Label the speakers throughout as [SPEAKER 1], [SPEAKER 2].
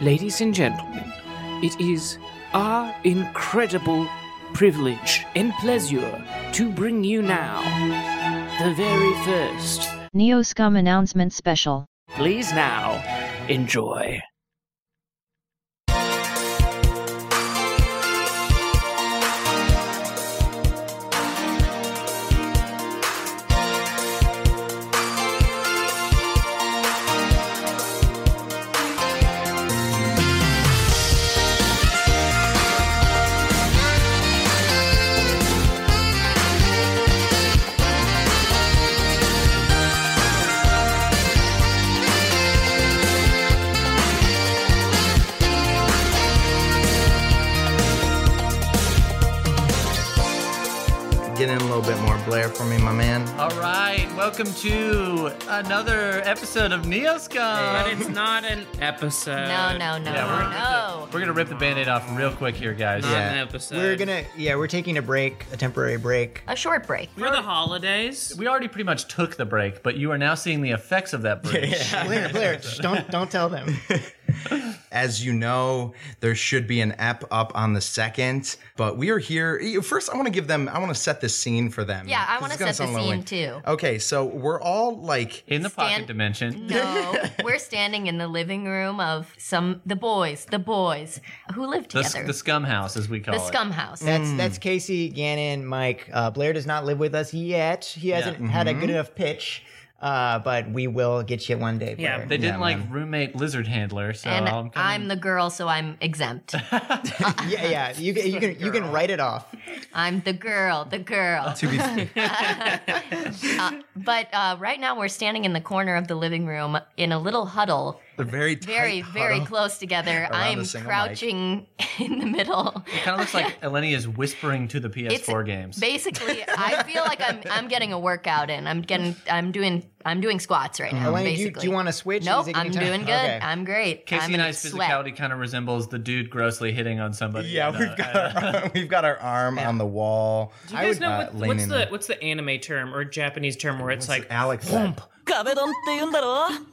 [SPEAKER 1] Ladies and gentlemen, it is our incredible privilege and pleasure to bring you now the very first.
[SPEAKER 2] Neo Scum Announcement Special.
[SPEAKER 1] Please now enjoy.
[SPEAKER 3] Get in a little bit more Blair for me, my man.
[SPEAKER 4] All right, welcome to another episode of Neoscum.
[SPEAKER 5] But it's not an episode.
[SPEAKER 6] No, no, no,
[SPEAKER 4] yeah, we're
[SPEAKER 6] no.
[SPEAKER 4] We're gonna rip the band-aid off real quick here, guys.
[SPEAKER 5] Not an episode.
[SPEAKER 3] We're gonna, yeah, we're taking a break, a temporary break.
[SPEAKER 6] A short break.
[SPEAKER 5] For the holidays.
[SPEAKER 4] We already pretty much took the break, but you are now seeing the effects of that break.
[SPEAKER 3] Blair, Blair, shh, don't don't tell them. As you know, there should be an app up on the second, but we are here. E, First, I want to give them, I want to set the scene for them.
[SPEAKER 6] Yeah, I
[SPEAKER 3] 'Cause
[SPEAKER 6] wanna
[SPEAKER 3] it's gonna
[SPEAKER 6] set the
[SPEAKER 3] sound lonely.
[SPEAKER 6] scene, too.
[SPEAKER 3] Okay, so we're all like,
[SPEAKER 4] In the pocket
[SPEAKER 6] Stan-
[SPEAKER 4] dimension.
[SPEAKER 6] No, we're standing in the living room of some the boys, the boys who live
[SPEAKER 4] The, s-
[SPEAKER 6] together,
[SPEAKER 4] the scum house, as we call
[SPEAKER 6] the
[SPEAKER 4] it.
[SPEAKER 6] scum house.
[SPEAKER 3] Mm.
[SPEAKER 7] That's that's Casey, Gannon, Mike. Uh, Blair does not live with us yet. He hasn't had
[SPEAKER 3] Mm-hmm.
[SPEAKER 7] a good enough pitch, uh, but we will get you one day.
[SPEAKER 5] Yeah,
[SPEAKER 7] Blair.
[SPEAKER 4] They didn't like roommate lizard handler, so
[SPEAKER 3] Oh,
[SPEAKER 4] um,
[SPEAKER 6] and
[SPEAKER 4] I'm,
[SPEAKER 6] I'm,
[SPEAKER 4] kind
[SPEAKER 6] the girl, so I'm exempt.
[SPEAKER 7] yeah, yeah. You, can- you can you can write it off.
[SPEAKER 6] I'm the girl, the girl.
[SPEAKER 3] to be
[SPEAKER 6] But uh, right now, we're standing in the corner of the living room in a little huddle,
[SPEAKER 3] they're very,
[SPEAKER 6] very,
[SPEAKER 3] tight
[SPEAKER 6] very
[SPEAKER 3] huddle.
[SPEAKER 6] close together. I'm
[SPEAKER 3] a single mic.
[SPEAKER 6] crouching in the middle.
[SPEAKER 4] It kind of looks like Eleni is whispering to the PS4 games.
[SPEAKER 6] Basically, I feel like I'm I'm getting a workout in. I'm getting I'm doing I'm doing squats right
[SPEAKER 3] Mm-hmm.
[SPEAKER 6] now.
[SPEAKER 7] Elena, do you-
[SPEAKER 6] basically.
[SPEAKER 7] do you wanna switch?
[SPEAKER 6] Nope,
[SPEAKER 7] Is it gonna
[SPEAKER 6] I'm
[SPEAKER 7] be time?
[SPEAKER 6] doing good.
[SPEAKER 7] Okay.
[SPEAKER 6] I'm great. I'm
[SPEAKER 4] Casey and
[SPEAKER 6] in a
[SPEAKER 4] I's physicality kind of resembles the dude grossly hitting on somebody.
[SPEAKER 3] Yeah,
[SPEAKER 4] in, uh,
[SPEAKER 3] we've got our, we've got our arm on the wall. uh,
[SPEAKER 5] Do you guys
[SPEAKER 7] uh,
[SPEAKER 5] know what,
[SPEAKER 3] lean
[SPEAKER 5] what's
[SPEAKER 3] in.
[SPEAKER 5] the what's the anime term or Japanese term where it's like
[SPEAKER 3] Alex. said.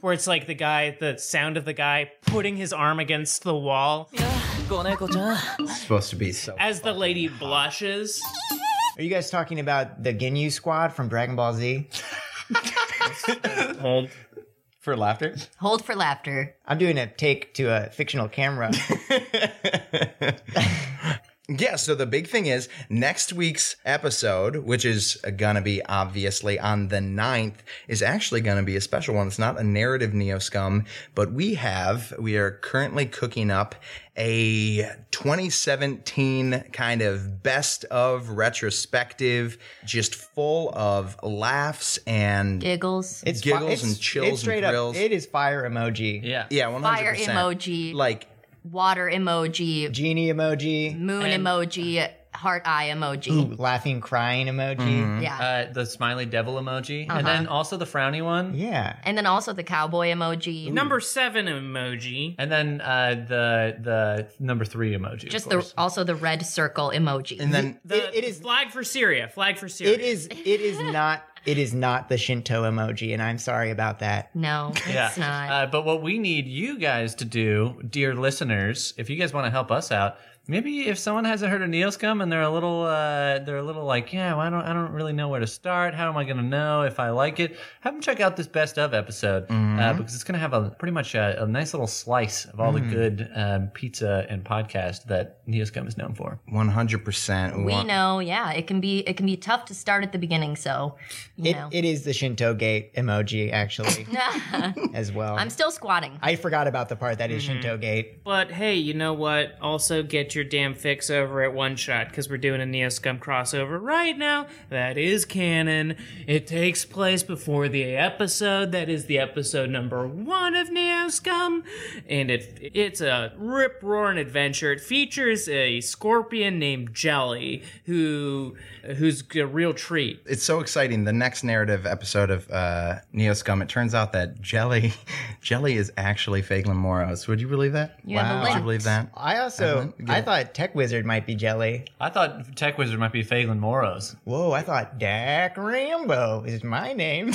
[SPEAKER 5] where it's like the guy the sound of the guy putting his arm against the wall
[SPEAKER 3] It's supposed to be so.
[SPEAKER 5] as the lady blushes.
[SPEAKER 7] Are you guys talking about the Ginyu Squad from Dragon Ball Z?
[SPEAKER 5] Hold.
[SPEAKER 3] For laughter?
[SPEAKER 6] Hold for laughter.
[SPEAKER 7] I'm doing a take to a fictional camera.
[SPEAKER 3] Yeah, so the big thing is next week's episode, which is gonna be obviously on the 9th, is actually gonna be a special one. It's not a narrative Neo Scum, but we have, we are currently cooking up a 2017 kind of best of retrospective, just full of laughs and
[SPEAKER 6] Giggles.
[SPEAKER 7] It's
[SPEAKER 3] Giggles and chills
[SPEAKER 7] It's straight
[SPEAKER 3] and thrills.
[SPEAKER 7] up. It is fire emoji.
[SPEAKER 4] Yeah.
[SPEAKER 3] yeah, 100%.
[SPEAKER 6] Fire emoji.
[SPEAKER 3] Like,
[SPEAKER 6] water emoji.
[SPEAKER 7] Genie emoji.
[SPEAKER 6] Moon emoji. Heart eye emoji.
[SPEAKER 3] Mm.
[SPEAKER 7] Laughing, crying emoji.
[SPEAKER 3] Mm-hmm.
[SPEAKER 6] Yeah.
[SPEAKER 4] Uh, the smiley devil
[SPEAKER 6] Uh-huh.
[SPEAKER 4] emoji, and then also the frowny one,
[SPEAKER 7] Yeah.
[SPEAKER 6] and then also the cowboy emoji.
[SPEAKER 5] Number seven emoji.
[SPEAKER 4] and then uh, the the number three emoji. of
[SPEAKER 6] Just the
[SPEAKER 4] course.
[SPEAKER 6] also the red circle emoji.
[SPEAKER 3] and then
[SPEAKER 5] The-
[SPEAKER 7] it is-
[SPEAKER 5] flag for Syria. Flag for Syria.
[SPEAKER 7] It is. It is not. It is not the Shinto emoji, and I'm sorry about that.
[SPEAKER 6] no,
[SPEAKER 4] Yeah.
[SPEAKER 6] it's not.
[SPEAKER 4] Uh, but what we need you guys to do, dear listeners, if you guys want to help us out, maybe if someone hasn't heard of Neoscum and they're a little, uh, they're a little like, yeah, well, I don't, I don't really know where to start. How am I going to know if I like it? Have them check out this best of episode uh, because it's going to have a pretty much a, a nice little slice of all the good um, pizza and podcast that Neoscum is known for.
[SPEAKER 3] 100%.
[SPEAKER 6] we
[SPEAKER 3] want-
[SPEAKER 6] know, yeah, it can be it can be tough to start at the beginning, so you
[SPEAKER 7] It,
[SPEAKER 6] know.
[SPEAKER 7] it is the Shinto gate emoji, actually, as well.
[SPEAKER 6] I'm still squatting.
[SPEAKER 7] I forgot about the part that is Shinto gate.
[SPEAKER 5] But hey, you know what? Also, get your damn fix over at One Shot because we're doing a Neo Scum crossover right now. That is canon. It takes place before the episode. That is the episode number one of Neo Scum, and it it's a rip roaring adventure. It features a scorpion named Jelly, who who's a real treat.
[SPEAKER 3] it's so exciting. The next narrative episode of uh, Neo Scum, it turns out that Jelly, Jelly is actually Fagelin Moros. Would you believe that?
[SPEAKER 6] You have a
[SPEAKER 3] Would you
[SPEAKER 6] link.
[SPEAKER 3] believe that?
[SPEAKER 7] I also
[SPEAKER 3] Evelyn, get
[SPEAKER 7] I
[SPEAKER 3] it
[SPEAKER 7] thought Tech Wizard might be jelly.
[SPEAKER 4] I thought Tech Wizard might be Phelan Moros.
[SPEAKER 7] Whoa, I thought Dak Rambo is my name.
[SPEAKER 6] you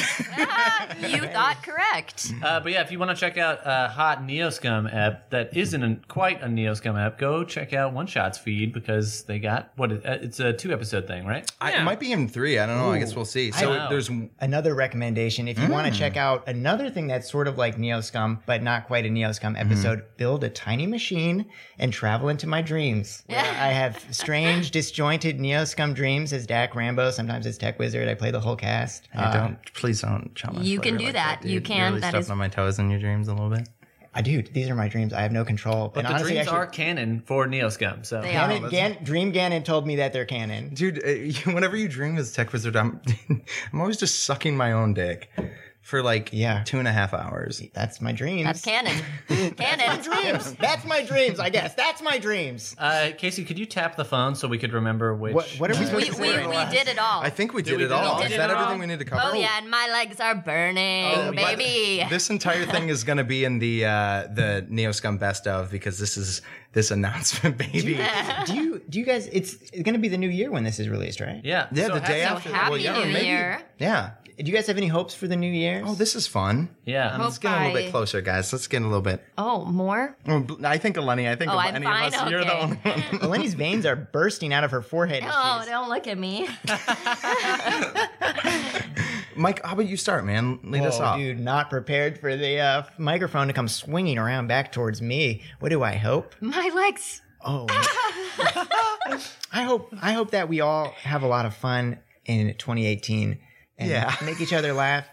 [SPEAKER 6] thought correct.
[SPEAKER 4] Uh, but yeah, if you want to check out uh, Hot Neoscum app that isn't a, quite a Neoscum app, go check out One Shot's feed because they got what is- uh, it's a two episode thing, right?
[SPEAKER 3] I, it
[SPEAKER 5] Yeah.
[SPEAKER 3] might be in three. I don't know. I guess we'll see. So
[SPEAKER 4] know.
[SPEAKER 3] there's
[SPEAKER 7] another recommendation if you want to check out another thing that's sort of like Neoscum, but not quite a Neoscum episode, build a tiny machine and travel into my dreams. Where I have strange, disjointed Neoscum dreams as Dak Rambo. Sometimes as Tech Wizard. I play the whole cast.
[SPEAKER 3] I
[SPEAKER 7] Uh,
[SPEAKER 3] don't please don't chop my
[SPEAKER 6] you
[SPEAKER 3] flavor
[SPEAKER 6] can do
[SPEAKER 3] like
[SPEAKER 6] that. You
[SPEAKER 3] dude. You're
[SPEAKER 6] can.
[SPEAKER 3] Really
[SPEAKER 6] That
[SPEAKER 3] stepping
[SPEAKER 6] is-
[SPEAKER 3] on my toes in your dreams a little bit.
[SPEAKER 7] I do. Uh, These are my dreams. I have no control.
[SPEAKER 4] But the dreams are canon for Neoscum. So
[SPEAKER 6] They are.
[SPEAKER 7] Gannon, Gan- Dream Ganon told me that they're canon.
[SPEAKER 3] Dude, uh, you- whenever you dream as Tech Wizard, I'm I'm always just sucking my own dick for like
[SPEAKER 7] Yeah.
[SPEAKER 3] two and a half hours.
[SPEAKER 7] That's my dreams.
[SPEAKER 6] That's canon. canon.
[SPEAKER 7] dreams. That's my dreams. I guess that's my dreams.
[SPEAKER 4] uh, Casey, could you tap the phone so we could remember which?
[SPEAKER 7] What, what are we supposed
[SPEAKER 6] we,
[SPEAKER 7] to
[SPEAKER 6] we,
[SPEAKER 7] say?
[SPEAKER 6] we did it all.
[SPEAKER 3] I think we did,
[SPEAKER 4] we
[SPEAKER 3] it
[SPEAKER 4] did
[SPEAKER 3] all.
[SPEAKER 4] it
[SPEAKER 3] Is
[SPEAKER 5] all.
[SPEAKER 3] that
[SPEAKER 5] Did it
[SPEAKER 3] everything
[SPEAKER 5] all.
[SPEAKER 3] we need to cover? Oh,
[SPEAKER 6] oh yeah, and my legs are
[SPEAKER 3] but
[SPEAKER 6] burning, baby.
[SPEAKER 3] This entire thing is going to be in the uh, the Neo Scum best of because this is this announcement, baby. Yeah,
[SPEAKER 7] do you do you guys? It's going to be the new year when this is released, right?
[SPEAKER 4] Yeah. so
[SPEAKER 3] the
[SPEAKER 4] ha-
[SPEAKER 3] day
[SPEAKER 6] so
[SPEAKER 3] after.
[SPEAKER 6] happy
[SPEAKER 3] well, yeah, or
[SPEAKER 6] New
[SPEAKER 3] maybe-
[SPEAKER 6] Year.
[SPEAKER 3] Yeah.
[SPEAKER 7] Do you guys have any hopes for the new year?
[SPEAKER 3] Oh, this is fun.
[SPEAKER 4] Yeah.
[SPEAKER 6] Hope
[SPEAKER 3] Let's get a little
[SPEAKER 6] I-
[SPEAKER 3] bit closer, guys. Let's get a little bit.
[SPEAKER 6] Oh, more?
[SPEAKER 3] Oh, I think Eleni. I think
[SPEAKER 6] Oh,
[SPEAKER 3] of
[SPEAKER 6] I'm
[SPEAKER 3] any
[SPEAKER 6] fine,
[SPEAKER 3] of us. You're the
[SPEAKER 6] okay.
[SPEAKER 3] only one.
[SPEAKER 7] Eleni's veins are bursting out of her forehead.
[SPEAKER 6] Oh, don't look at me.
[SPEAKER 3] Mike, how about you start, man? Lead
[SPEAKER 7] Whoa,
[SPEAKER 3] us off.
[SPEAKER 7] Oh, dude, not prepared for the uh, microphone to come swinging around back towards me. What do I hope?
[SPEAKER 6] My legs.
[SPEAKER 7] Oh, I hope I hope that we all have a lot of fun in 2018 and
[SPEAKER 3] Yeah.
[SPEAKER 7] make each other laugh.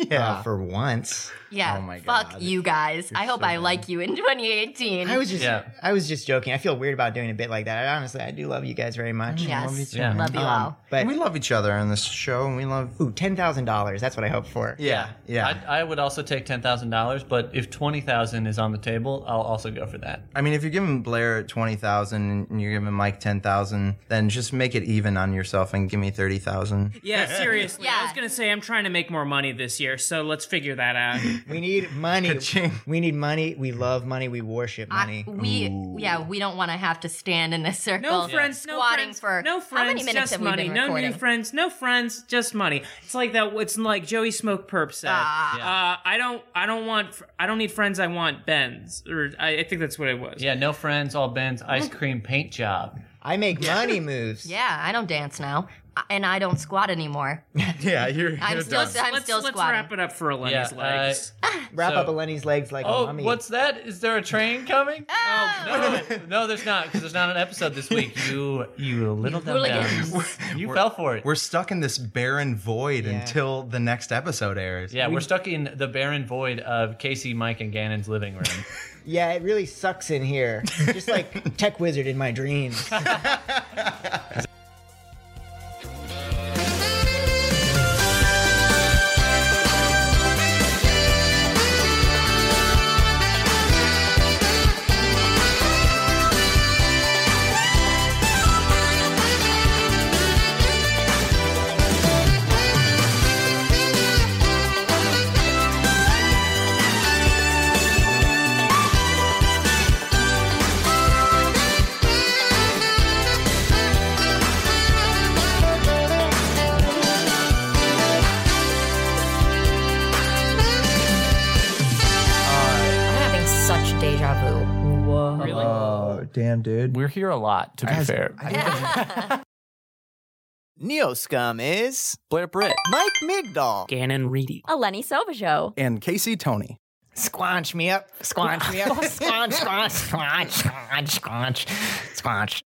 [SPEAKER 3] Yeah.
[SPEAKER 7] uh, for once.
[SPEAKER 6] Yeah.
[SPEAKER 3] Oh my God.
[SPEAKER 6] Fuck you guys. I hope I like you in 2018.
[SPEAKER 7] I was just
[SPEAKER 4] Yeah.
[SPEAKER 7] I was just joking. I feel weird about doing a bit like that. I, honestly, I do love you guys very much. Um,
[SPEAKER 6] yes.
[SPEAKER 4] Yeah.
[SPEAKER 6] Love
[SPEAKER 3] Um,
[SPEAKER 6] you all.
[SPEAKER 7] But
[SPEAKER 3] we love each other on this show, and we love.
[SPEAKER 7] ooh, ten thousand dollars. That's what I hope for.
[SPEAKER 3] Yeah, yeah. I,
[SPEAKER 4] I, I would also take ten thousand dollars, but if twenty thousand is on the table, I'll also go for that.
[SPEAKER 3] mean, if you're giving Blair twenty thousand and you're giving Mike ten thousand, then just make it even on yourself and give me thirty thousand.
[SPEAKER 5] Yeah, seriously. I was
[SPEAKER 6] Yeah.
[SPEAKER 5] gonna say I'm trying to make more money this year, so let's figure that out.
[SPEAKER 7] We need money.
[SPEAKER 3] Ka-ching.
[SPEAKER 7] We need money. We love money. We worship money.
[SPEAKER 6] I- we yeah, we don't want to have to stand in a circle.
[SPEAKER 5] No friends, no
[SPEAKER 6] squatting
[SPEAKER 5] friends,
[SPEAKER 6] for
[SPEAKER 5] no friends,
[SPEAKER 6] How many minutes
[SPEAKER 5] just
[SPEAKER 6] have we
[SPEAKER 5] money.
[SPEAKER 6] been
[SPEAKER 5] no
[SPEAKER 6] recording?
[SPEAKER 5] new friends, no friends, just money. It's like that. It's like Joey Smoke Perp said.
[SPEAKER 6] Ah.
[SPEAKER 5] Uh, I don't, I don't want, fr- I don't need friends. I want Ben's, or I, I think that's what it was.
[SPEAKER 4] Yeah. No friends, all bends, ice cream paint job.
[SPEAKER 7] I make money moves.
[SPEAKER 6] Yeah, I don't dance now, I- and I don't squat anymore.
[SPEAKER 3] Yeah, you're.
[SPEAKER 6] I'm still I'm
[SPEAKER 5] Let's,
[SPEAKER 6] still
[SPEAKER 5] let's
[SPEAKER 6] squatting.
[SPEAKER 5] wrap it up for Eleni's
[SPEAKER 4] Yeah, uh,
[SPEAKER 5] legs.
[SPEAKER 7] Wrap
[SPEAKER 4] So-
[SPEAKER 7] up Eleni's legs like
[SPEAKER 4] Oh,
[SPEAKER 7] a mummy.
[SPEAKER 4] what's that? Is there a train coming? Oh no, no, there's not because there's not an episode this week. You, you little dumb
[SPEAKER 6] hooligans.
[SPEAKER 4] dumb. You fell for it.
[SPEAKER 3] We're stuck in this barren void until the next episode airs.
[SPEAKER 4] yeah, we're stuck in the barren void of Casey, Mike, and Gannon's living room.
[SPEAKER 7] yeah, it really sucks in here. Just like Tech Wizard in my dreams.
[SPEAKER 8] I'm having such deja vu.
[SPEAKER 5] Really?
[SPEAKER 3] Oh, damn, dude.
[SPEAKER 4] we're here a lot, to be fair.
[SPEAKER 9] Neoscum is
[SPEAKER 4] Blair Britt.
[SPEAKER 9] Mike Migdal.
[SPEAKER 1] Gannon Reedy.
[SPEAKER 8] A Lenny Silva show.
[SPEAKER 3] and Casey Tony.
[SPEAKER 7] Squanch me up. Squanch me up. squanch, squanch, squanch, squanch, squanch. Squanch.